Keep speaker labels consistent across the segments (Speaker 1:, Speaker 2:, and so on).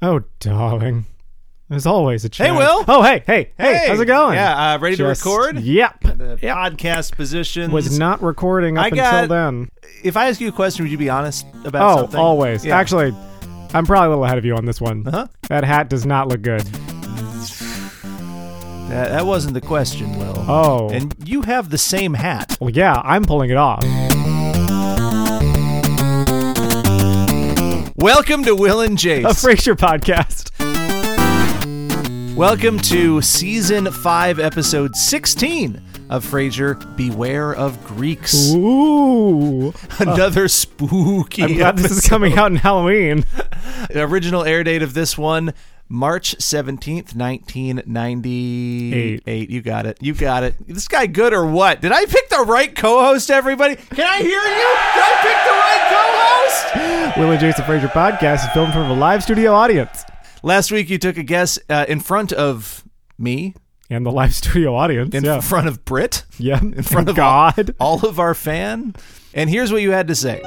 Speaker 1: Oh, darling. There's always a chance.
Speaker 2: Will.
Speaker 1: Oh, hey, hey, hey,
Speaker 2: Hey.
Speaker 1: how's it going?
Speaker 2: Yeah, uh, ready to
Speaker 1: Just-
Speaker 2: record?
Speaker 1: Yep.
Speaker 2: The
Speaker 1: Yep.
Speaker 2: podcast positions.
Speaker 1: Was not recording up
Speaker 2: I got-
Speaker 1: until then.
Speaker 2: if I ask you a question, would you be honest about
Speaker 1: Oh,
Speaker 2: something?
Speaker 1: always.
Speaker 2: Yeah.
Speaker 1: Actually, I'm probably a little ahead of you on this one.
Speaker 2: Uh-huh.
Speaker 1: That hat does not look good.
Speaker 2: that, that wasn't the question, Will.
Speaker 1: Oh.
Speaker 2: and you have the same hat.
Speaker 1: Well, yeah, I'm pulling it off.
Speaker 2: Welcome to Will and Jace.
Speaker 1: A Fracture podcast.
Speaker 2: Welcome to season five, episode sixteen of Frasier. Beware of Greeks.
Speaker 1: Ooh.
Speaker 2: Another spooky.
Speaker 1: I'm glad this is coming out in Halloween.
Speaker 2: episode. Original air date of this one. March 17th, 1998. You got it. You got it. This guy good or what? Did I pick the right co-host, everybody? Can I hear you? Did I pick the right co-host?
Speaker 1: Willie Jason Fraser podcast is filmed in front of a live studio audience.
Speaker 2: Last week you took a guess uh, in front of me,
Speaker 1: And the live studio audience.
Speaker 2: in
Speaker 1: yeah.
Speaker 2: front of Brit,
Speaker 1: yeah. In
Speaker 2: front of all-
Speaker 1: God.
Speaker 2: all of our fan. And here's what you had to say.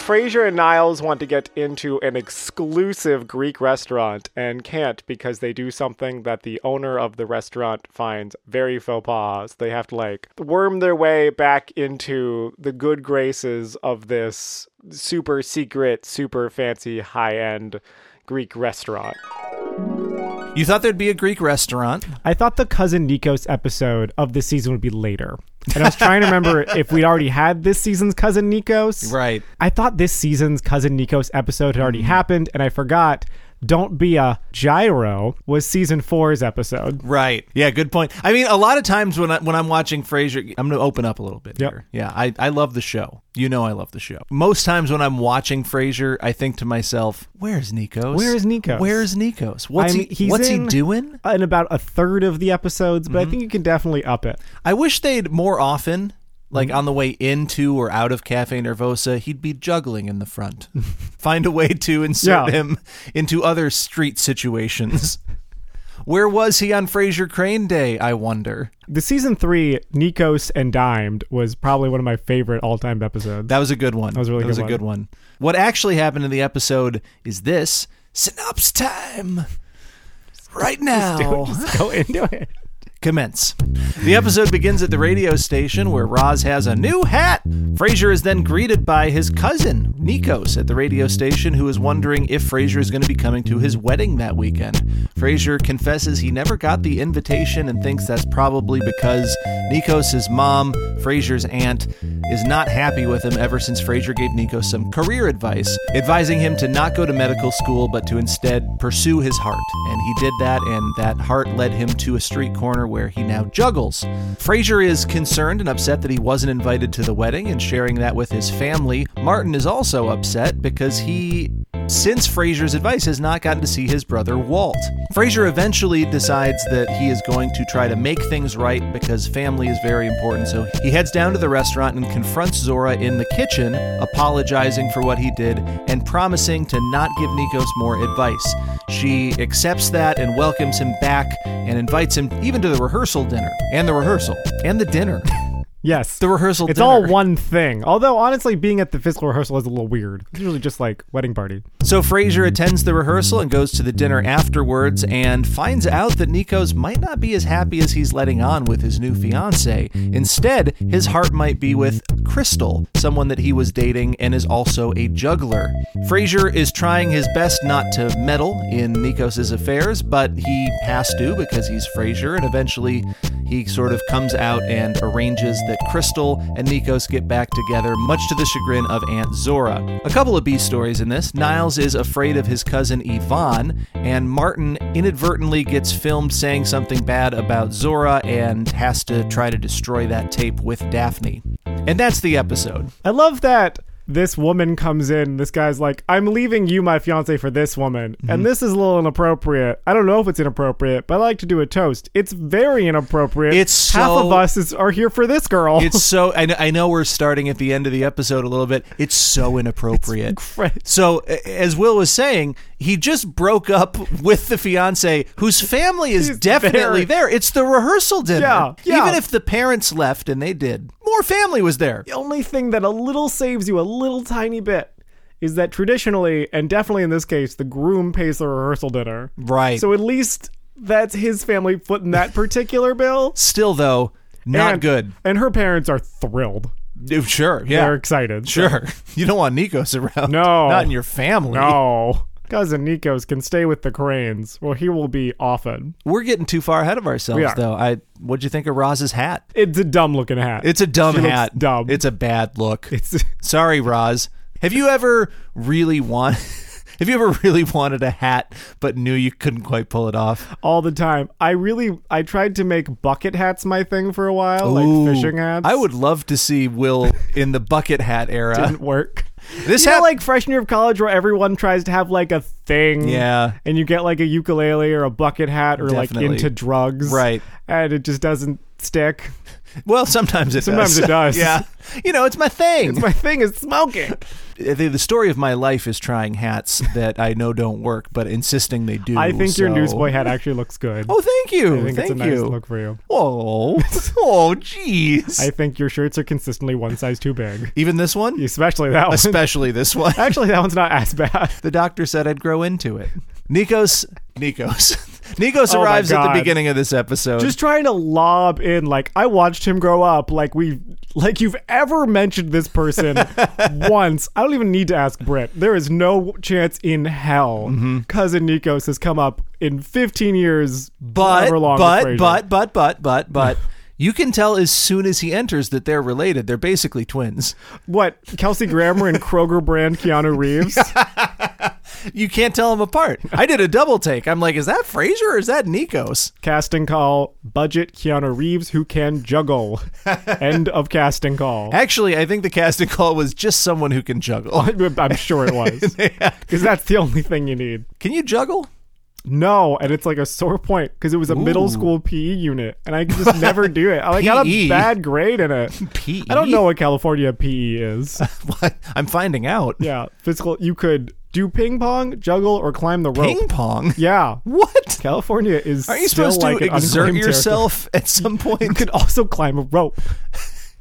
Speaker 1: Frasier and Niles want to get into an exclusive Greek restaurant and can't because they do something that the owner of the restaurant finds very faux pas. They have to like worm their way back into the good graces of this super secret, super fancy, high end Greek restaurant.
Speaker 2: You thought there'd be a Greek restaurant.
Speaker 1: I thought the cousin Nikos episode of this season would be later. And I was trying to remember if we'd already had this season's cousin Nikos.
Speaker 2: Right. Mm-hmm.
Speaker 1: I thought this season's Cousin Nikos episode had already happened, and I forgot Don't Be a Gyro was season four's episode.
Speaker 2: Right. Yeah, good point. I mean, a lot of times when I, when I'm watching Frasier, I'm going to open up a little bit
Speaker 1: Yep.
Speaker 2: here. Yeah, I, I love the show. You know I love the show. Most times when I'm watching Frasier, I think to myself, "Where's Nikos?
Speaker 1: Where is Nikos?
Speaker 2: Where's Nikos? What's
Speaker 1: I mean,
Speaker 2: he
Speaker 1: he's
Speaker 2: what's
Speaker 1: in-
Speaker 2: he doing?"
Speaker 1: In about a third of the episodes, but
Speaker 2: Mm-hmm.
Speaker 1: I think you can definitely up it.
Speaker 2: I wish they'd more often,
Speaker 1: Mm-hmm.
Speaker 2: like on the way into or out of Cafe Nervosa, he'd be juggling in the front. Find a way to insert
Speaker 1: Yeah.
Speaker 2: him into other street situations. Where was he on Fraser Crane Day, I wonder?
Speaker 1: The season three, Nikos and Dimed, was probably one of my favorite all time episodes.
Speaker 2: That was a good one. That
Speaker 1: was a really
Speaker 2: was
Speaker 1: good
Speaker 2: a good one. What actually happened in the episode is this synopsis time. Right now.
Speaker 1: Let's go into it.
Speaker 2: commence. The episode begins at the radio station where Roz has a new hat. Frasier is then greeted by his cousin, Nikos, at the radio station, who is wondering if Frasier is going to be coming to his wedding that weekend. Frasier confesses he never got the invitation and thinks that's probably because Nikos' mom, Frasier's aunt, is not happy with him ever since Frasier gave Nikos some career advice, advising him to not go to medical school but to instead pursue his heart. And he did that, and that heart led him to a street corner where he now juggles. Frasier is concerned and upset that he wasn't invited to the wedding and sharing that with his family. Martin is also upset because he since Frasier's advice has not gotten to see his brother Walt. Frasier eventually decides that he is going to try to make things right because family is very important, so he heads down to the restaurant and confronts Zora in the kitchen, apologizing for what he did and promising to not give Nikos more advice. She accepts that and welcomes him back and invites him even to the rehearsal dinner. And the rehearsal. And the dinner.
Speaker 1: Yes.
Speaker 2: The rehearsal
Speaker 1: it's
Speaker 2: dinner.
Speaker 1: all one thing. Although, honestly, being at the physical rehearsal is a little weird. It's usually just like wedding party.
Speaker 2: So Frasier attends the rehearsal and goes to the dinner afterwards and finds out that Nikos might not be as happy as he's letting on with his new fiance. Instead, his heart might be with Crystal, someone that he was dating and is also a juggler. Frasier is trying his best not to meddle in Nikos' affairs, but he has to because he's Frasier and eventually he sort of comes out and arranges that Crystal and Nikos get back together, much to the chagrin of Aunt Zora. A couple of B stories in this Niles is afraid of his cousin Yvonne, and Martin inadvertently gets filmed saying something bad about Zora and has to try to destroy that tape with Daphne. And that's the episode.
Speaker 1: I love that this woman comes in. This guy's like, I'm leaving you, my fiance, for this woman.
Speaker 2: Mm-hmm.
Speaker 1: And this is a little inappropriate. I don't know if it's inappropriate, but I like to do a toast. It's very inappropriate.
Speaker 2: It's
Speaker 1: half
Speaker 2: so-
Speaker 1: of us is, are here for this girl.
Speaker 2: It's so, I know, I know we're starting at the end of the episode a little bit. It's so inappropriate.
Speaker 1: Right.
Speaker 2: So, a- as Will was saying, he just broke up with the fiance whose family is
Speaker 1: He's
Speaker 2: definitely there. It's the rehearsal dinner.
Speaker 1: Yeah, yeah.
Speaker 2: Even if the parents left, and they did, more family was there.
Speaker 1: the only thing that a little saves you a little tiny bit is that traditionally, and definitely in this case, the groom pays the rehearsal dinner.
Speaker 2: Right.
Speaker 1: So at least that's his family footing that particular bill.
Speaker 2: Still, though, not
Speaker 1: And-
Speaker 2: good.
Speaker 1: And her parents are thrilled.
Speaker 2: Dude, Sure. Yeah.
Speaker 1: They're excited.
Speaker 2: Sure. You don't want Nikos around.
Speaker 1: No.
Speaker 2: Not in your family.
Speaker 1: No. Cousin Nikos can stay with the cranes. Well, he will be often.
Speaker 2: We're getting too far ahead of ourselves,
Speaker 1: We are.
Speaker 2: though. I. What'd you think of Roz's hat?
Speaker 1: It's a dumb looking hat.
Speaker 2: It's a dumb
Speaker 1: She looks
Speaker 2: hat.
Speaker 1: dumb.
Speaker 2: It's a bad look.
Speaker 1: It's-
Speaker 2: Sorry, Roz. Have you ever really want? Have you ever really wanted a hat but knew you couldn't quite pull it off?
Speaker 1: all the time. I really I tried to make bucket hats my thing for a while,
Speaker 2: Ooh.
Speaker 1: like fishing hats.
Speaker 2: I would love to see Will in the bucket hat era.
Speaker 1: didn't work.
Speaker 2: This
Speaker 1: you know,
Speaker 2: hap-
Speaker 1: like freshman year of college, where everyone tries to have like a thing,
Speaker 2: Yeah.
Speaker 1: and you get like a ukulele or a bucket hat or like
Speaker 2: Definitely.
Speaker 1: into drugs,
Speaker 2: Right.
Speaker 1: And it just doesn't stick.
Speaker 2: Well, sometimes it
Speaker 1: Sometimes
Speaker 2: does.
Speaker 1: it does.
Speaker 2: yeah. You know, it's my thing.
Speaker 1: My thing is smoking.
Speaker 2: the, the story of my life is trying hats that I know don't work, but insisting they do.
Speaker 1: I think your
Speaker 2: so-
Speaker 1: newsboy hat actually looks good.
Speaker 2: Oh, thank you.
Speaker 1: I think it's
Speaker 2: thank
Speaker 1: a nice
Speaker 2: you.
Speaker 1: look for you.
Speaker 2: Oh, oh, jeez.
Speaker 1: I think your shirts are consistently one size too big,
Speaker 2: Even this one,
Speaker 1: especially that one.
Speaker 2: especially this one.
Speaker 1: Actually, that one's not as bad.
Speaker 2: the doctor said I'd grow into it. Nikos, Nikos, Nikos
Speaker 1: Oh my
Speaker 2: arrives at the
Speaker 1: God.
Speaker 2: beginning of this episode.
Speaker 1: just trying to lob in like I watched him grow up like we like you've ever mentioned this person once. I don't even need to ask Britt. There is no chance in hell
Speaker 2: Mm-hmm.
Speaker 1: cousin Nikos has come up in 15 years
Speaker 2: but,
Speaker 1: however long with
Speaker 2: but,
Speaker 1: Frasier.
Speaker 2: but, but, but, but, but. You can tell as soon as he enters that they're related. They're basically twins.
Speaker 1: what Kelsey Grammer and Kroger brand Keanu Reeves
Speaker 2: You can't tell them apart. I did a double take. I'm like, is that Frasier or is that Nikos?
Speaker 1: casting call budget Keanu Reeves who can juggle end of casting call
Speaker 2: Actually, I think the casting call was just someone who can juggle.
Speaker 1: I'm sure it was because that's the only thing you need
Speaker 2: Can you juggle?
Speaker 1: No, and it's like a sore point because it was a middle
Speaker 2: Ooh.
Speaker 1: school PE unit, and I could just never do it. I like, got
Speaker 2: PE?
Speaker 1: a bad grade in it.
Speaker 2: PE.
Speaker 1: I don't know what California PE is.
Speaker 2: What? I'm finding out.
Speaker 1: yeah, physical. You could do ping pong, juggle, or climb the rope.
Speaker 2: Ping pong.
Speaker 1: Yeah,
Speaker 2: What?
Speaker 1: California is.
Speaker 2: Aren't you
Speaker 1: still
Speaker 2: supposed
Speaker 1: like
Speaker 2: to
Speaker 1: an
Speaker 2: exert
Speaker 1: unclaimed
Speaker 2: yourself at some
Speaker 1: territory. You
Speaker 2: point?
Speaker 1: could also climb a rope.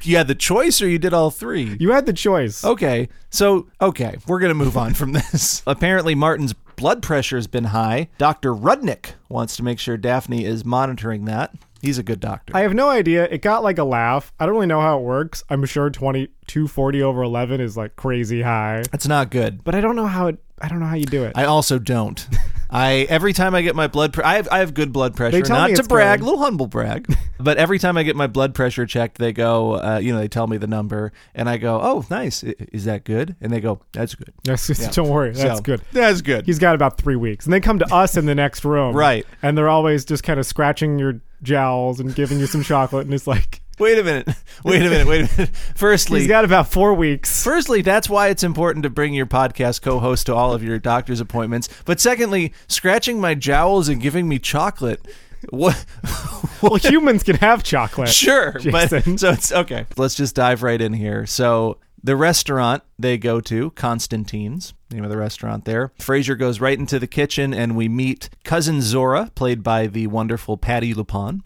Speaker 2: You had the choice, or you did all three.
Speaker 1: You had the choice.
Speaker 2: Okay, so okay, we're gonna move on from this. Apparently, Martin's blood pressure has been high. Doctor Rudnick wants to make sure Daphne is monitoring that. He's a good doctor.
Speaker 1: I have no idea. It got like a laugh. I don't really know how it works. I'm sure 2240 over 11 is like crazy high,
Speaker 2: That's not good.
Speaker 1: but I don't know how it. I don't know how you do it.
Speaker 2: I also don't. I every time I get my blood, pre- I have I have good blood pressure.
Speaker 1: They tell
Speaker 2: not
Speaker 1: me
Speaker 2: to
Speaker 1: it's
Speaker 2: brag,
Speaker 1: good.
Speaker 2: little humble brag. but every time I get my blood pressure checked, they go, uh, you know, they tell me the number, and I go, oh, nice, I- is that good? And they go, that's good.
Speaker 1: Yes, Don't worry. That's
Speaker 2: So,
Speaker 1: good.
Speaker 2: That's good.
Speaker 1: He's got about three weeks. And they come to us in the next room.
Speaker 2: Right.
Speaker 1: And they're always just kind of scratching your jowls and giving you some chocolate. And it's like,
Speaker 2: wait a minute. Wait a minute. Wait a minute. Firstly,
Speaker 1: he's got about four weeks.
Speaker 2: Firstly, that's why it's important to bring your podcast co host to all of your doctor's appointments. But secondly, scratching my jowls and giving me chocolate. What?
Speaker 1: Well, humans can have chocolate.
Speaker 2: sure. But
Speaker 1: Jason.
Speaker 2: so it's okay. Let's just dive right in here. So the restaurant they go to, Constantine's, name of the restaurant there. Fraser goes right into the kitchen and we meet cousin Zora, played by the wonderful Patty Lupon.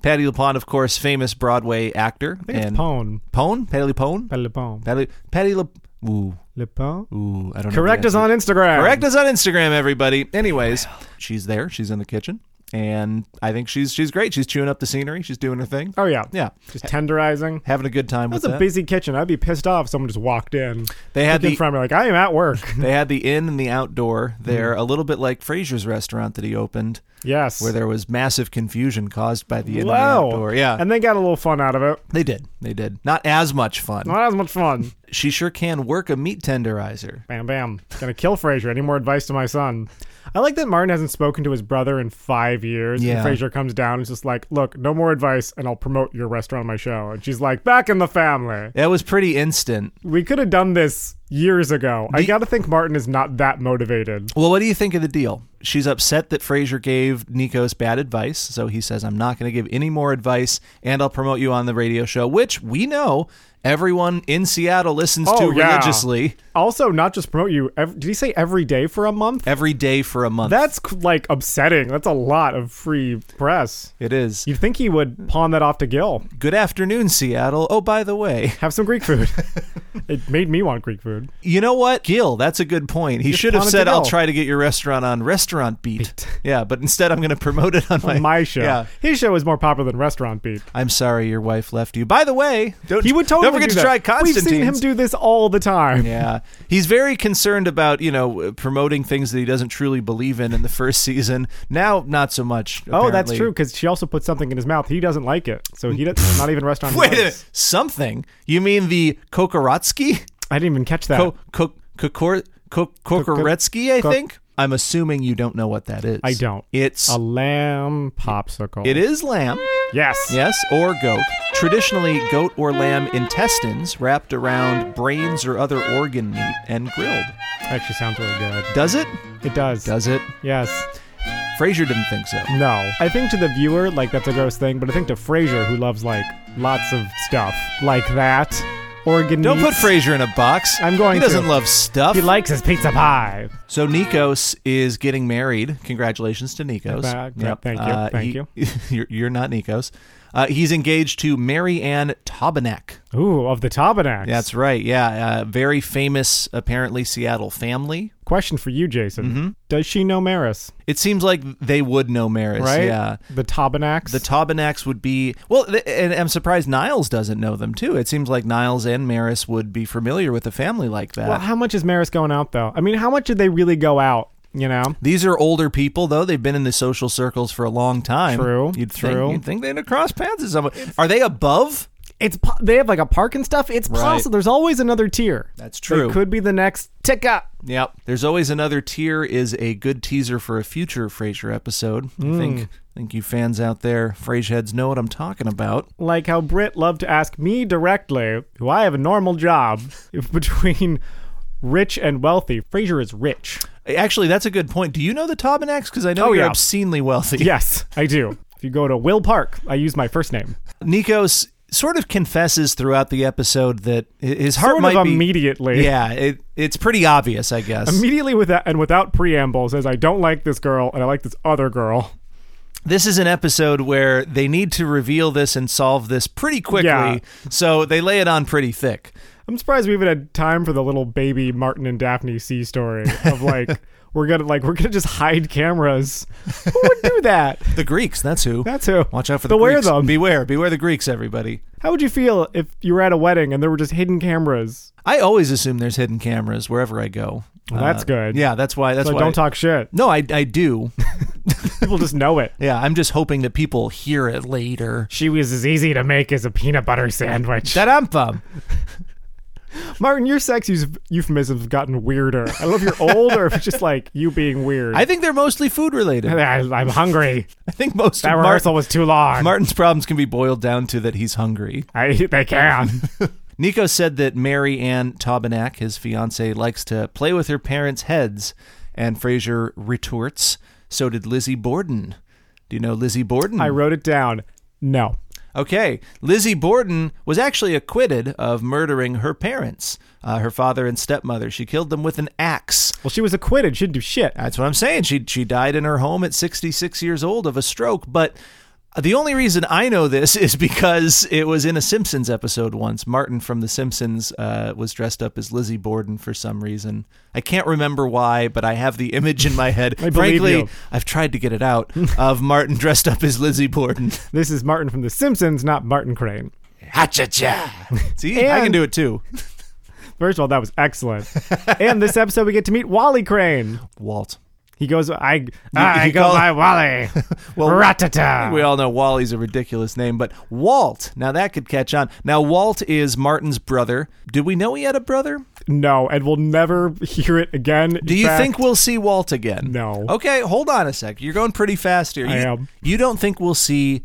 Speaker 2: Patty Lupon, of course, famous Broadway actor.
Speaker 1: I think it's
Speaker 2: and
Speaker 1: Pone.
Speaker 2: Pone? Patty Lupone?
Speaker 1: Pas Le Pone.
Speaker 2: Patty, Patty Lup. Ooh,
Speaker 1: Le Pone?
Speaker 2: ooh, I don't know. the
Speaker 1: Correct us
Speaker 2: answer.
Speaker 1: on Instagram.
Speaker 2: Correct us on Instagram, everybody. Anyways, she's there. She's in the kitchen, and I think she's she's great. She's chewing up the scenery. She's doing her thing.
Speaker 1: Oh, yeah.
Speaker 2: Yeah,
Speaker 1: Just tenderizing.
Speaker 2: having a good time with
Speaker 1: That's a
Speaker 2: that.
Speaker 1: busy kitchen. I'd be pissed off if someone just walked in.
Speaker 2: They had
Speaker 1: Looking
Speaker 2: the
Speaker 1: from me like, I am at work.
Speaker 2: they had the in and the outdoor there, a little bit like Fraser's restaurant that he opened,
Speaker 1: yes.
Speaker 2: where there was massive confusion caused by the in
Speaker 1: Wow.
Speaker 2: and the outdoor. Yeah,
Speaker 1: And they got a little fun out of it.
Speaker 2: they did. They did. Not as much fun.
Speaker 1: Not as much fun.
Speaker 2: She sure can work a meat tenderizer.
Speaker 1: Bam, bam. Gonna kill Frasier. Any more advice to my son? I like that Martin hasn't spoken to his brother in five years.
Speaker 2: Yeah.
Speaker 1: And Frasier comes down and is just like, look, no more advice, and I'll promote your restaurant on my show. And she's like, back in the family.
Speaker 2: That was pretty instant.
Speaker 1: We could have done this years ago. I gotta think Martin is not that motivated.
Speaker 2: Well, what do you think of the deal? She's upset that Fraser gave Nikos bad advice, so he says, "I'm not going to give any more advice, and I'll promote you on the radio show," which we know everyone in Seattle listens
Speaker 1: Oh,
Speaker 2: to
Speaker 1: yeah.
Speaker 2: religiously
Speaker 1: Also, not just promote you. Ev- did he say every day for a month?
Speaker 2: every day for a month.
Speaker 1: That's c- like upsetting. That's a lot of free press.
Speaker 2: it is.
Speaker 1: You'd think he would pawn that off to Gil.
Speaker 2: Good afternoon, Seattle. Oh, by the way,
Speaker 1: Have some Greek food. it made me want Greek food. rude.
Speaker 2: You know what, Gil? That's a good point. He should have
Speaker 1: wanted
Speaker 2: said,
Speaker 1: to
Speaker 2: "I'll
Speaker 1: go."
Speaker 2: try to get your restaurant on Restaurant Beat." Yeah, but instead, I'm going to promote it on my
Speaker 1: My show.
Speaker 2: Yeah,
Speaker 1: His show is more popular than Restaurant Beat.
Speaker 2: I'm sorry your wife left you. By the way, don't,
Speaker 1: He would totally
Speaker 2: don't forget
Speaker 1: do
Speaker 2: to
Speaker 1: that.
Speaker 2: try Constantine's.
Speaker 1: We've seen him do this all the time.
Speaker 2: Yeah, he's very concerned about you know promoting things that he doesn't truly believe in. In the first season, now not so much.
Speaker 1: Oh, that's
Speaker 2: apparently.
Speaker 1: true. Because she also put something in his mouth. He doesn't like it, so he does, not even restaurant. he
Speaker 2: Wait a
Speaker 1: likes.
Speaker 2: minute. Something. You mean the Kokorotsky?
Speaker 1: I didn't even catch that.
Speaker 2: Ko- ko- kokor- ko- Kokoretsky, I think? I'm assuming you don't know what that is.
Speaker 1: I don't.
Speaker 2: It's
Speaker 1: a lamb popsicle.
Speaker 2: it is lamb,
Speaker 1: Yes.
Speaker 2: yes, or goat. Traditionally, goat or lamb intestines wrapped around brains or other organ meat and grilled.
Speaker 1: Actually, sounds really good.
Speaker 2: Does it?
Speaker 1: It does.
Speaker 2: Does it?
Speaker 1: Yes.
Speaker 2: Fraser didn't think so.
Speaker 1: No. I think to the viewer, like that's a gross thing, but I think to Frasier, who loves like lots of stuff like that, organ.
Speaker 2: Don't put
Speaker 1: meats.
Speaker 2: Fraser in a box.
Speaker 1: I'm going
Speaker 2: He doesn't
Speaker 1: to.
Speaker 2: love stuff.
Speaker 1: He likes his pizza pie.
Speaker 2: So Nikos is getting married. Congratulations to Nikos.
Speaker 1: Uh, yeah, thank you, thank you.
Speaker 2: You're, you're not Nikos. Uh, he's engaged to Mary Ann Tobanek.
Speaker 1: Ooh, of the Tabernacle.
Speaker 2: That's right. Yeah, uh, very famous, apparently Seattle family.
Speaker 1: Question for you, Jason.
Speaker 2: Mm-hmm.
Speaker 1: Does she know Maris?
Speaker 2: It seems like they would know Maris.
Speaker 1: Right?
Speaker 2: Yeah.
Speaker 1: The Tabernacle.
Speaker 2: uh, The Tobanaks would be well, th- and I'm surprised Niles doesn't know them too. It seems like Niles and Maris would be familiar with a family like that.
Speaker 1: well, how much is Maris going out though? I mean, how much did they really go out? You know,
Speaker 2: These are older people, though. They've been in the social circles for a long time.
Speaker 1: True,
Speaker 2: You'd
Speaker 1: true.
Speaker 2: Think, you'd think they'd have crossed paths with someone. Are they above?
Speaker 1: it's po- they have like a park and stuff. It's possible. There's always another tier.
Speaker 2: That's
Speaker 1: They
Speaker 2: true.
Speaker 1: could be the next tick up.
Speaker 2: Yep. There's always another tier. Is a good teaser for a future Frasier episode.
Speaker 1: Hmm.
Speaker 2: I think. I think you fans out there, Frasier heads, know what I'm talking about.
Speaker 1: Like how Brit loved to ask me directly, who I have a normal job, if between rich and wealthy. Frasier is rich.
Speaker 2: Actually, that's a good point. Do you know the Tobanaks? Because I know
Speaker 1: Oh,
Speaker 2: you're
Speaker 1: yeah.
Speaker 2: obscenely wealthy.
Speaker 1: Yes, I do. if you go to Will Park, I use my first name.
Speaker 2: Nikos sort of confesses throughout the episode that hi- his heart
Speaker 1: Sort
Speaker 2: might
Speaker 1: of
Speaker 2: be.
Speaker 1: immediately.
Speaker 2: Yeah, it, it's pretty obvious, I guess.
Speaker 1: Immediately with that and without preamble says, I don't like this girl and I like this other girl.
Speaker 2: this is an episode where they need to reveal this and solve this pretty quickly.
Speaker 1: Yeah.
Speaker 2: So they lay it on pretty thick.
Speaker 1: I'm surprised we even had time for the little baby Martin and Daphne C story of like we're gonna like we're gonna just hide cameras. Who would do that?
Speaker 2: The Greeks, that's who.
Speaker 1: That's who.
Speaker 2: Watch out for the
Speaker 1: Beware
Speaker 2: Greeks.
Speaker 1: them.
Speaker 2: Beware, beware the Greeks, everybody.
Speaker 1: How would you feel if you were at a wedding and there were just hidden cameras?
Speaker 2: I always assume there's hidden cameras wherever I go. Uh,
Speaker 1: Well, that's good.
Speaker 2: Yeah, that's why. That's
Speaker 1: So
Speaker 2: why.
Speaker 1: don't talk shit.
Speaker 2: No, I I do.
Speaker 1: People just know it.
Speaker 2: yeah, I'm just hoping that people hear it later.
Speaker 1: She was as easy to make as a peanut butter sandwich.
Speaker 2: That I'm bum.
Speaker 1: Martin, your sex eus- euphemisms have gotten weirder. I don't know if you're old or if it's just like you being weird.
Speaker 2: I think they're mostly food related.
Speaker 1: I, am hungry.
Speaker 2: I think most
Speaker 1: That
Speaker 2: of
Speaker 1: rehearsal
Speaker 2: Martin,
Speaker 1: was too long.
Speaker 2: Martin's problems can be boiled down to that he's hungry.
Speaker 1: I, they can.
Speaker 2: Nico said that Mary Ann Taubenack, his fiancee, likes to play with her parents' heads, and Fraser retorts, "So did Lizzie Borden." Do you know Lizzie Borden?
Speaker 1: I wrote it down. No.
Speaker 2: okay, Lizzie Borden was actually acquitted of murdering her parents, uh, her father and stepmother. She killed them with an axe.
Speaker 1: Well, she was acquitted. She didn't do shit.
Speaker 2: That's what I'm saying. She she died in her home at 66 years old of a stroke, but the only reason I know this is because it was in a Simpsons episode once. Martin from The Simpsons uh, was dressed up as Lizzie Borden for some reason. I can't remember why, but I have the image in my head.
Speaker 1: believe
Speaker 2: Frankly,
Speaker 1: you.
Speaker 2: I've tried to get it out of Martin dressed up as Lizzie Borden.
Speaker 1: This is Martin from The Simpsons, not Martin Crane.
Speaker 2: Ha-cha-cha. See, I can
Speaker 1: And-
Speaker 2: do it too.
Speaker 1: First of all, that was excellent. and this episode, we get to meet Wally Crane.
Speaker 2: Walt.
Speaker 1: He goes, I, I
Speaker 2: you
Speaker 1: go
Speaker 2: call-
Speaker 1: by Wally.
Speaker 2: Well,
Speaker 1: Ratata.
Speaker 2: We all know Wally's a ridiculous name, but Walt, now that could catch on. Now, Walt is Martin's brother. Did we know he had a brother?
Speaker 1: no, and we'll never hear it again.
Speaker 2: Do you think we'll see Walt again?
Speaker 1: No.
Speaker 2: Okay, hold on a sec. You're going pretty fast here. You,
Speaker 1: I am.
Speaker 2: You don't think we'll see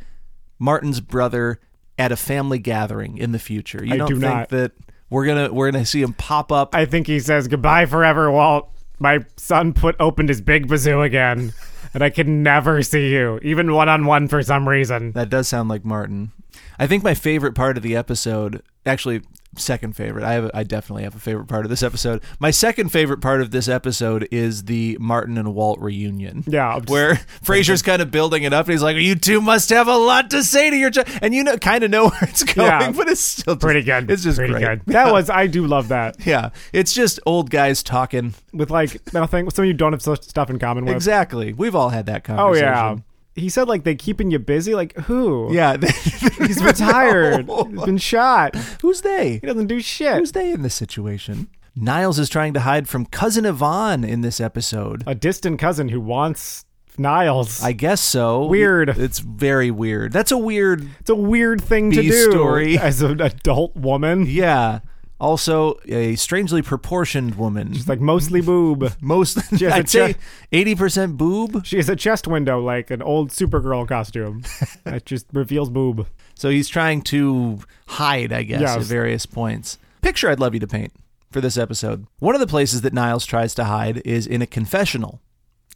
Speaker 2: Martin's brother at a family gathering in the future? You
Speaker 1: I
Speaker 2: don't
Speaker 1: do
Speaker 2: think
Speaker 1: not.
Speaker 2: that we're gonna we're gonna see him pop up?
Speaker 1: I think he says goodbye forever, Walt. My son put opened his big bazoo again, and I can never see you, even one on one for some reason.
Speaker 2: That does sound like Martin. I think my favorite part of the episode, actually, second favorite. I have a, I definitely have a favorite part of this episode. My second favorite part of this episode is the Martin and Walt reunion.
Speaker 1: Yeah, I'm just-
Speaker 2: where Frasier's kind of building it up and he's like, "You two must have a lot to say to your child," and you know, kind of know where it's going,
Speaker 1: Yeah.
Speaker 2: but it's still just-
Speaker 1: Pretty good.
Speaker 2: It's just
Speaker 1: pretty
Speaker 2: great.
Speaker 1: good. That was I do love that
Speaker 2: Yeah, it's just old guys talking.
Speaker 1: with like nothing. Some of you don't have such stuff in common with.
Speaker 2: Exactly. We've all had that
Speaker 1: Oh
Speaker 2: conversation.
Speaker 1: yeah. He said like they keeping you busy. Like who?
Speaker 2: Yeah.
Speaker 1: He's retired. He's been shot.
Speaker 2: Who's they?
Speaker 1: He doesn't do shit.
Speaker 2: Who's they in this situation? Niles is trying to hide from cousin Yvonne in this episode.
Speaker 1: A distant cousin who wants Niles.
Speaker 2: I guess so.
Speaker 1: Weird.
Speaker 2: It's very weird. That's a weird.
Speaker 1: it's a weird thing to
Speaker 2: B
Speaker 1: do
Speaker 2: story.
Speaker 1: as an adult woman.
Speaker 2: Yeah. Also, a strangely proportioned woman.
Speaker 1: She's like mostly boob.
Speaker 2: Most,
Speaker 1: has a
Speaker 2: I'd say,
Speaker 1: chest-
Speaker 2: eighty percent boob.
Speaker 1: She has a chest window like an old Supergirl costume that just reveals boob.
Speaker 2: So he's trying to hide, I guess, at
Speaker 1: Yes.
Speaker 2: various points. Picture I'd love you to paint for this episode. One of the places that Niles tries to hide is in a confessional.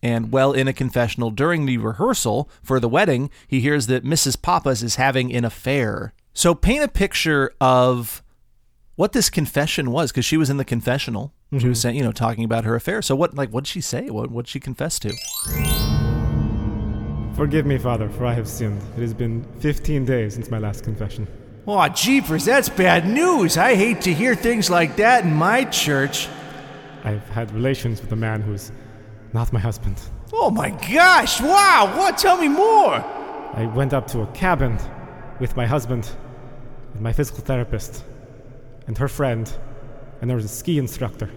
Speaker 2: And well, in a confessional during the rehearsal for the wedding, he hears that Mrs. Pappas is having an affair. So paint a picture of what this confession was, because she was in the confessional. She was saying, you know, talking about her affair. So what, like, what'd she say? What, what'd she confess to?
Speaker 1: Forgive me, Father, for I have sinned. It has been 15 days since my last confession.
Speaker 2: Aw, jeepers, that's bad news. I hate to hear things like that in my church.
Speaker 1: I've had relations with a man who's not my husband.
Speaker 2: Oh my gosh, wow, what? Tell me more.
Speaker 1: I went up to a cabin with my husband and my physical therapist and her friend, and there was a ski instructor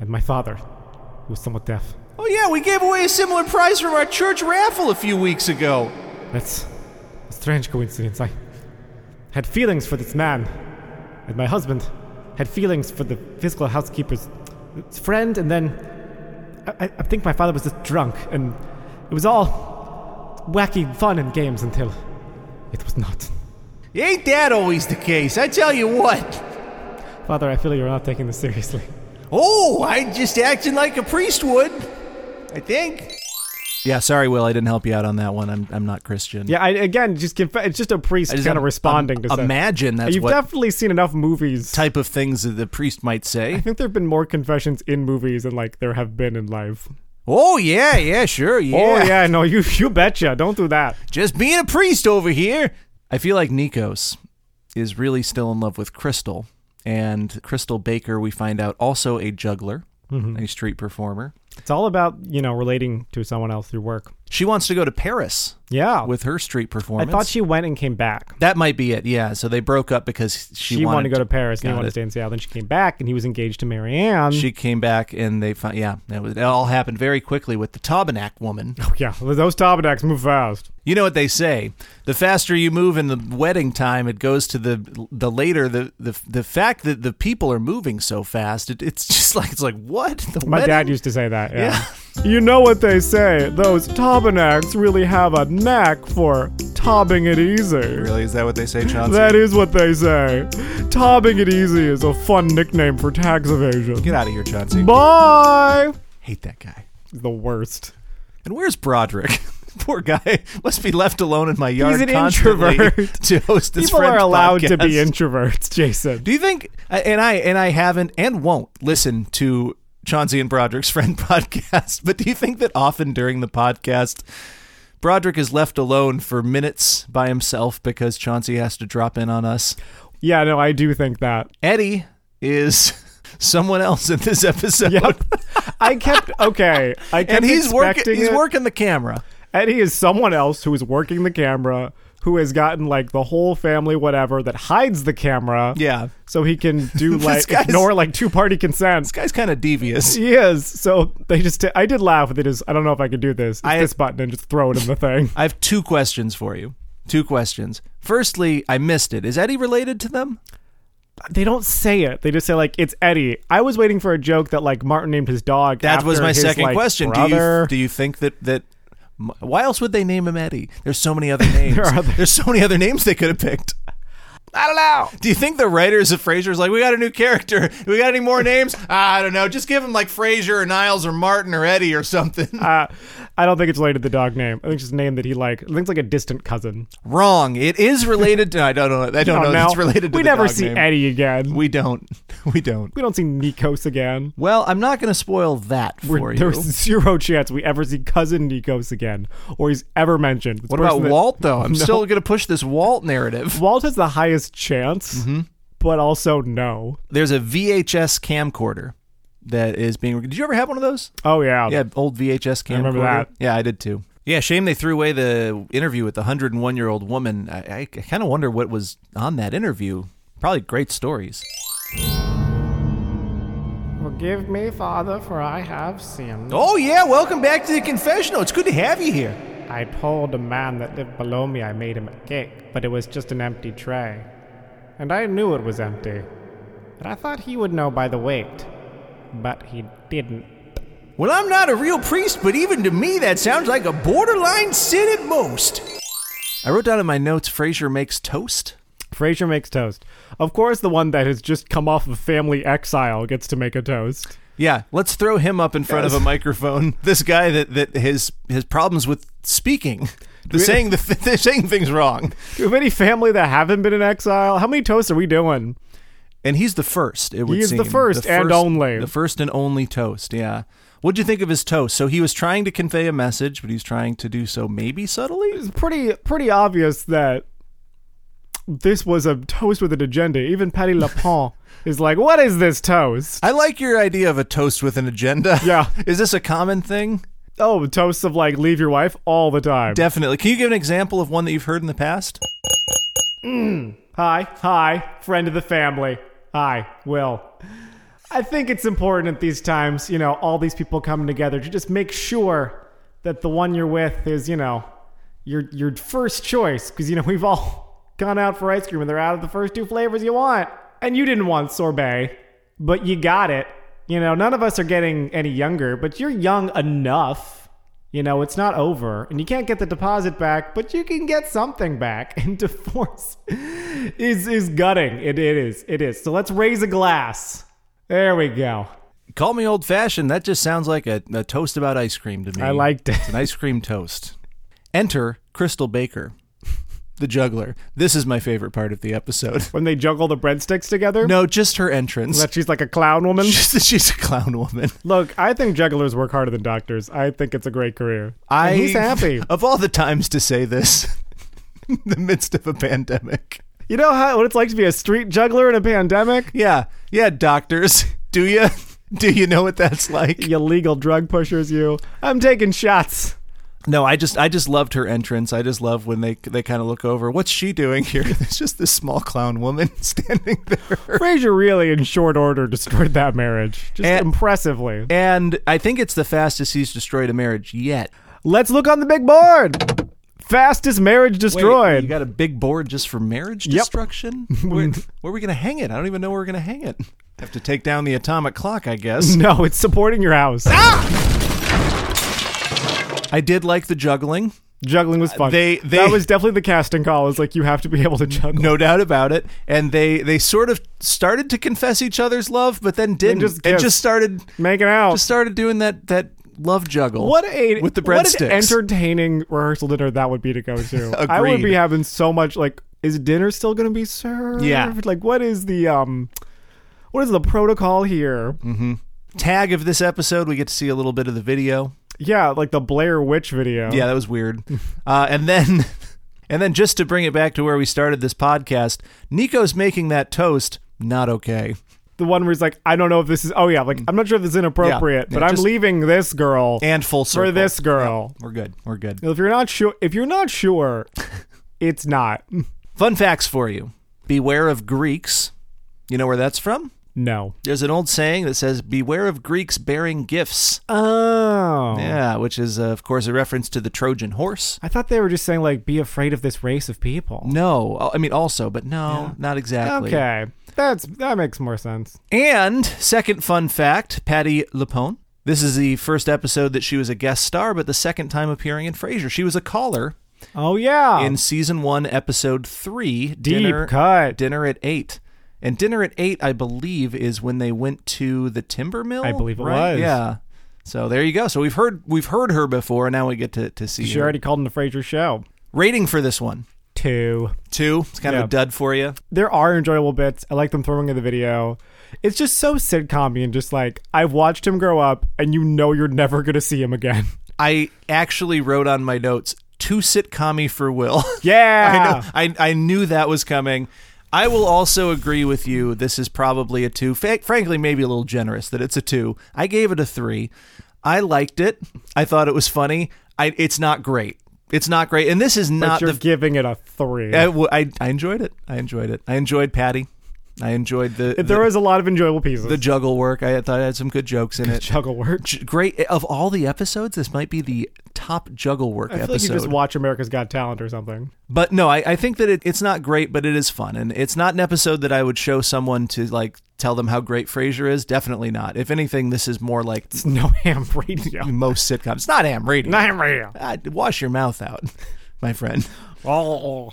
Speaker 1: and my father, who was somewhat deaf.
Speaker 2: Oh yeah, we gave away a similar prize from our church raffle a few weeks ago.
Speaker 1: That's a strange coincidence. I had feelings for this man, and my husband had feelings for the physical housekeeper's friend, and then I, I- I think my father was just drunk, and it was all wacky fun and games until it was not.
Speaker 2: Ain't that always the case? I tell you what.
Speaker 1: Father, I feel you're not taking this seriously.
Speaker 2: Oh, I'm just acting like a priest would. I think. Yeah, sorry, Will. I didn't help you out on that one. I'm, I'm not Christian.
Speaker 1: Yeah, I, again, just give, it's just a priest
Speaker 2: I just
Speaker 1: kind of
Speaker 2: im-
Speaker 1: responding
Speaker 2: im-
Speaker 1: to stuff.
Speaker 2: Imagine that's
Speaker 1: You've
Speaker 2: what
Speaker 1: definitely seen enough movies. I
Speaker 2: type of things that the priest might say.
Speaker 1: think there have been more confessions in movies than like there have been in life.
Speaker 2: Oh yeah, yeah, sure, yeah.
Speaker 1: Oh yeah, no, you you betcha. Don't do that.
Speaker 2: Just being a priest over here. I feel like Nikos is really still in love with Crystal. And Crystal Baker, we find out, also a juggler,
Speaker 1: Mm-hmm.
Speaker 2: a street performer.
Speaker 1: It's all about, you know, relating to someone else through work.
Speaker 2: She wants to go to Paris
Speaker 1: Yeah.
Speaker 2: with her street
Speaker 1: I
Speaker 2: performance.
Speaker 1: thought she went and came back.
Speaker 2: that might be it, yeah. So they broke up because she,
Speaker 1: She, wanted, to go to Paris and he
Speaker 2: Got
Speaker 1: wanted
Speaker 2: it.
Speaker 1: to stay in Seattle. Then she came back and he was engaged to Marianne.
Speaker 2: She came back and they found, yeah, that was, it all happened very quickly with the Tabernac woman.
Speaker 1: yeah, those Tobinacks move fast.
Speaker 2: You know what they say: the faster you move in the wedding time, it goes to the the later the the, the fact that the people are moving so fast. It, it's just like it's like what the
Speaker 1: My
Speaker 2: wedding?
Speaker 1: dad used to say that. Yeah. You know what they say. Those Tobinacks really have a knack for tobbing it easy.
Speaker 2: Really, is that what they say, Chauncey?
Speaker 1: That is what they say. Tobbing it easy is a fun nickname for tax evasion.
Speaker 2: Get out of here, Chauncey.
Speaker 1: Bye!
Speaker 2: Hate that guy.
Speaker 1: The worst.
Speaker 2: And where's Broderick? Poor guy must be left alone in my yard
Speaker 1: an
Speaker 2: constantly
Speaker 1: introvert.
Speaker 2: to host his
Speaker 1: People are
Speaker 2: friend's
Speaker 1: allowed to be
Speaker 2: podcast.
Speaker 1: introverts, Jason.
Speaker 2: Do you think? And I and I haven't and won't listen to Chauncey and Broderick's friend podcast. But do you think that often during the podcast, Broderick is left alone for minutes by himself because Chauncey has to drop in on us?
Speaker 1: Yeah, no, I do think that.
Speaker 2: Eddie is someone else in this episode,
Speaker 1: Yep. I kept okay. I kept
Speaker 2: and he's working.
Speaker 1: expecting
Speaker 2: He's
Speaker 1: it.
Speaker 2: working the camera.
Speaker 1: Eddie is someone else who is working the camera, who has gotten like the whole family, whatever, that hides the camera.
Speaker 2: Yeah,
Speaker 1: So he can do like
Speaker 2: guy's-
Speaker 1: ignore like two party consent.
Speaker 2: this guy's kind of devious.
Speaker 1: He is. So they just. I did laugh. They just. I don't know if I could do this. It's
Speaker 2: I-
Speaker 1: this button and just throw it in the thing.
Speaker 2: I have two questions for you. Two questions. Firstly, I missed it. Is Eddie related to them?
Speaker 1: They don't say it. They just say like it's Eddie. I was waiting for a joke that like Martin named his dog.
Speaker 2: That
Speaker 1: after
Speaker 2: was my
Speaker 1: his,
Speaker 2: second
Speaker 1: like,
Speaker 2: question.
Speaker 1: brother.
Speaker 2: Do you do you think that that why else would they name him Eddie? There's so many other names.
Speaker 1: are other-
Speaker 2: There's so many other names they could have picked. I don't know. Do you think the writers of Frasier's like we got a new character? Do we got any more names? I don't know. Just give him like Frasier or Niles or Martin or Eddie or something.
Speaker 1: Uh, I don't think it's related to the dog name. I think it's just a name that he like. I think it's like a distant cousin.
Speaker 2: Wrong. It is related to. I don't know. I don't
Speaker 1: Oh,
Speaker 2: know.
Speaker 1: no.
Speaker 2: If it's related to.
Speaker 1: We
Speaker 2: the
Speaker 1: never
Speaker 2: dog
Speaker 1: see
Speaker 2: name.
Speaker 1: Eddie again.
Speaker 2: We don't. We don't.
Speaker 1: We don't see Nikos again.
Speaker 2: Well, I'm not going to spoil that for
Speaker 1: We're-
Speaker 2: you.
Speaker 1: There's zero chance we ever see cousin Nikos again, or he's ever mentioned. This
Speaker 2: What about
Speaker 1: person that-
Speaker 2: Walt though? I'm still going to push this Walt narrative.
Speaker 1: Walt has the highest chance,
Speaker 2: Mm-hmm.
Speaker 1: but also no.
Speaker 2: There's a VHS camcorder that is being. Did you ever have one of those?
Speaker 1: Oh yeah,
Speaker 2: Yeah, old VHS camcorder.
Speaker 1: remember that.
Speaker 2: Yeah, I did too. Yeah, shame they threw away the interview with the 101 year old woman. I, I kind of wonder what was on that interview. Probably great stories.
Speaker 1: Forgive me, Father, for I have sinned.
Speaker 2: Oh, yeah, welcome back to the confessional. It's good to have you here.
Speaker 1: I told a man that lived below me I made him a cake, but it was just an empty tray. And I knew it was empty. And I thought he would know by the weight. But he didn't.
Speaker 2: Well, I'm not a real priest, but even to me, that sounds like a borderline sin at most. I wrote down in my notes Fraser makes toast.
Speaker 1: Frasier makes toast. Of course, the one that has just come off of family exile gets to make a toast.
Speaker 2: Yeah, let's throw him up in front of a microphone. This guy that, that his his problems with speaking, the saying the th- they're saying things wrong,
Speaker 1: Do we have any family that haven't been in exile? How many toasts are we doing?
Speaker 2: and he's the first. It would
Speaker 1: He is the
Speaker 2: seem.
Speaker 1: first and only.
Speaker 2: the first and only toast. Yeah. What'd you think of his toast? So he was trying to convey a message, but he's trying to do so maybe subtly.
Speaker 1: It's pretty pretty obvious that this was a toast with an agenda. Even Patty Lapon is like, "What is this toast?"
Speaker 2: I like your idea of a toast with an agenda.
Speaker 1: Yeah.
Speaker 2: is this a common thing?
Speaker 1: Oh, toasts of like leave your wife all the time.
Speaker 2: Definitely. Can you give an example of one that you've heard in the past?
Speaker 1: hi, hi, friend of the family. Hi, Will. I think it's important at these times, you know, all these people coming together to just make sure that the one you're with is, you know, your your first choice because you know we've all gone out for ice cream and they're out of the first two flavors you want, and you didn't want sorbet, but you got it. You know, none of us are getting any younger, but you're young enough. You know, it's not over, and you can't get the deposit back, but you can get something back. And divorce is is gutting. It, it is. It is. So let's raise a glass. There we go.
Speaker 2: Call me old fashioned. That just sounds like a, a toast about ice cream to me.
Speaker 1: I liked it.
Speaker 2: It's an ice cream toast. Enter Crystal Baker, the juggler. This is my favorite part of the episode.
Speaker 1: When they juggle the breadsticks together,
Speaker 2: No, just her entrance.
Speaker 1: that she's like a clown woman.
Speaker 2: Just that she's a clown woman.
Speaker 1: Look, I think jugglers work harder than doctors. I think it's a great career.
Speaker 2: I
Speaker 1: And he's happy.
Speaker 2: Of all the times to say this, in the midst of a pandemic.
Speaker 1: You know how what it's like to be a street juggler in a pandemic?
Speaker 2: Yeah, yeah, doctors. Do you do you know what that's like?
Speaker 1: You legal drug pushers, you. I'm taking shots.
Speaker 2: No, I just I just loved her entrance. I just love when they they kind of look over. What's she doing here? There's just this small clown woman standing there.
Speaker 1: Frazier really, in short order, destroyed that marriage. Just
Speaker 2: And-
Speaker 1: impressively.
Speaker 2: And I think it's the fastest he's destroyed a marriage yet.
Speaker 1: Let's look on the big board. Fastest marriage destroyed.
Speaker 2: You got a big board just for marriage destruction? Where, where are we going to hang it? I don't even know where we're going to hang it. Have to take down the atomic clock, I guess.
Speaker 1: no, it's supporting your house.
Speaker 2: Ah! I did like the juggling,
Speaker 1: Juggling was fun.
Speaker 2: They- they-
Speaker 1: that was definitely the casting call. Is like you have to be able to juggle.
Speaker 2: no doubt about it. And they they sort of started to confess each other's love, but then didn't.
Speaker 1: just
Speaker 2: and
Speaker 1: kissed.
Speaker 2: just started
Speaker 1: Making out.
Speaker 2: just started doing that that love juggle.
Speaker 1: What a
Speaker 2: with the
Speaker 1: what an
Speaker 2: breadsticks.
Speaker 1: entertaining rehearsal dinner that would be to go to. I would
Speaker 2: Agreed.
Speaker 1: be having so much like is dinner still going to be served?
Speaker 2: Yeah.
Speaker 1: Like what is the um what is the protocol here?
Speaker 2: Mm. Tag of this episode, we get to see a little bit of the video.
Speaker 1: Yeah, like the Blair Witch video.
Speaker 2: Yeah, that was weird. Uh, and then, and then, just to bring it back to where we started this podcast, Nico's making that toast. Not okay.
Speaker 1: The one where he's like I don't know if this is Oh yeah, like I'm not sure if this is inappropriate,
Speaker 2: Mm. Yeah,
Speaker 1: but I'm
Speaker 2: just-
Speaker 1: leaving this girl
Speaker 2: And full
Speaker 1: for
Speaker 2: circle.
Speaker 1: this girl.
Speaker 2: we're good. We're good.
Speaker 1: If you're not sure if you're not sure, it's not.
Speaker 2: Fun facts for you. Beware of Greeks. You know where that's from?
Speaker 1: No.
Speaker 2: There's an old saying that says, "Beware of Greeks bearing gifts."
Speaker 1: Oh.
Speaker 2: Yeah, which is uh, of course a reference to the Trojan horse.
Speaker 1: I thought they were just saying like be afraid of this race of people.
Speaker 2: No, uh, I mean also, but no, not exactly.
Speaker 1: Okay. That's that makes more sense.
Speaker 2: And second fun fact, Patty Lapone. This is the first episode that she was a guest star, but the second time appearing in Frasier. She was a caller
Speaker 1: Oh yeah.
Speaker 2: in season one, episode three.
Speaker 1: Deep
Speaker 2: dinner,
Speaker 1: cut.
Speaker 2: Dinner at eight. And dinner at eight, I believe, is when they went to the timber mill.
Speaker 1: I believe it
Speaker 2: right?
Speaker 1: was.
Speaker 2: Yeah. So there you go. So we've heard we've heard her before, and now we get to, to see
Speaker 1: She
Speaker 2: her.
Speaker 1: already called in the Fraser show.
Speaker 2: Rating for this one.
Speaker 1: Two.
Speaker 2: Two. It's kind of
Speaker 1: Yeah.
Speaker 2: a dud for you.
Speaker 1: There are enjoyable bits. I like them throwing in the video. It's just so sitcom and just like I've watched him grow up and you know you're never gonna see him again.
Speaker 2: I actually wrote on my notes two sitcommy for Will.
Speaker 1: Yeah.
Speaker 2: I know. I, I knew that was coming. I will also agree with you. This is probably a two. Fa- frankly, maybe a little generous that it's a two. I gave it a three. I liked it. I thought it was funny. I, it's not great. It's not great. And this is
Speaker 1: But
Speaker 2: not
Speaker 1: you're
Speaker 2: the. Oh,
Speaker 1: giving it a three.
Speaker 2: I, w- I, I enjoyed it. I enjoyed it. I enjoyed Patty. I enjoyed the
Speaker 1: there
Speaker 2: the,
Speaker 1: was a lot of enjoyable pieces.
Speaker 2: the juggle work. I thought I had some good jokes in it.
Speaker 1: juggle work.
Speaker 2: J- Great of all the episodes, this might be the top juggle work
Speaker 1: I feel like you
Speaker 2: episode.
Speaker 1: just watch America's Got Talent or something.
Speaker 2: But no, I, I think that it, it's not great, but it is fun. And it's not an episode that I would show someone to like tell them how great Frasier is. Definitely not. If anything, this is more like
Speaker 1: It's no ham radio.
Speaker 2: most sitcoms. It's not ham radio.
Speaker 1: Not ham radio.
Speaker 2: Ah, wash your mouth out, my friend.
Speaker 1: Oh.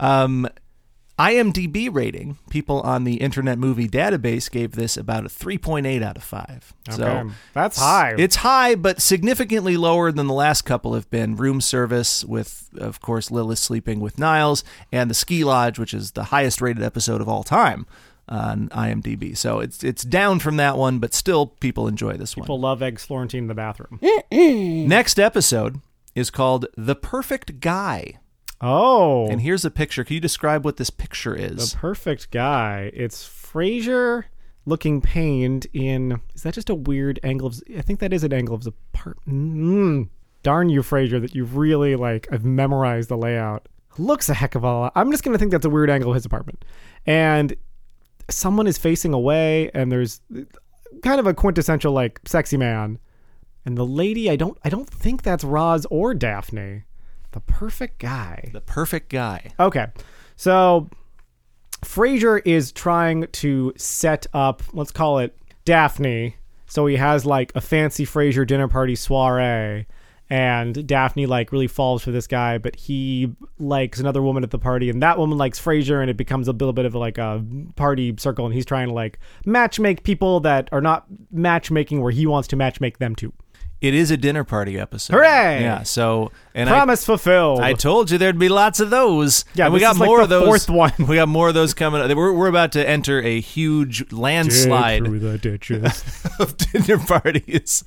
Speaker 2: Um, IMDb rating, people on the Internet Movie Database gave this about a 3.8 out of 5. So
Speaker 1: Okay. That's high.
Speaker 2: It's high, but significantly lower than the last couple have been. Room service, with, of course, Lilith sleeping with Niles, and the Ski Lodge, which is the highest rated episode of all time on IMDb. So it's it's down from that one, but still people enjoy this one.
Speaker 1: People love eggs Florentine in the bathroom.
Speaker 2: Next episode is called The Perfect Guy.
Speaker 1: Oh.
Speaker 2: And here's a picture. Can you describe what this picture is?
Speaker 1: The perfect guy. It's Frasier looking pained in. Is that just a weird angle of? I think that is an angle of the part. Mm, darn you, Frasier, that you've really like. I've memorized the layout. Looks a heck of a lot. I'm just gonna think that's a weird angle of his apartment, and someone is facing away, and there's kind of a quintessential like sexy man, and the lady. I don't. I don't think that's Roz or Daphne. The perfect guy.
Speaker 2: The perfect guy.
Speaker 1: Okay. So Frasier is trying to set up, let's call it Daphne. So he has like a fancy Frasier dinner party soiree. And Daphne like really falls for this guy, but he likes another woman at the party, and that woman likes Frasier, and it becomes a little bit of like a party circle. And he's trying to like match make people that are not matchmaking where he wants to match make them to.
Speaker 2: It is a dinner party episode.
Speaker 1: Hooray!
Speaker 2: Yeah. So and I,
Speaker 1: Promise fulfilled.
Speaker 2: I told you there'd be lots of those.
Speaker 1: Yeah,
Speaker 2: and we
Speaker 1: this
Speaker 2: got
Speaker 1: is like
Speaker 2: more
Speaker 1: the
Speaker 2: of those.
Speaker 1: fourth one.
Speaker 2: We got more of those coming. up. We're we're about to enter a huge
Speaker 1: Dig
Speaker 2: landslide
Speaker 1: through the ditches.
Speaker 2: of dinner parties.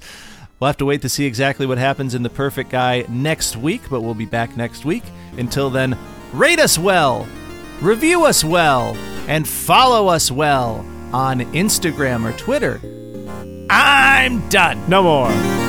Speaker 2: We'll have to wait to see exactly what happens in the perfect guy next week, but we'll be back next week. Until then, rate us well, review us well, and follow us well on Instagram or Twitter. I'm done.
Speaker 1: no more.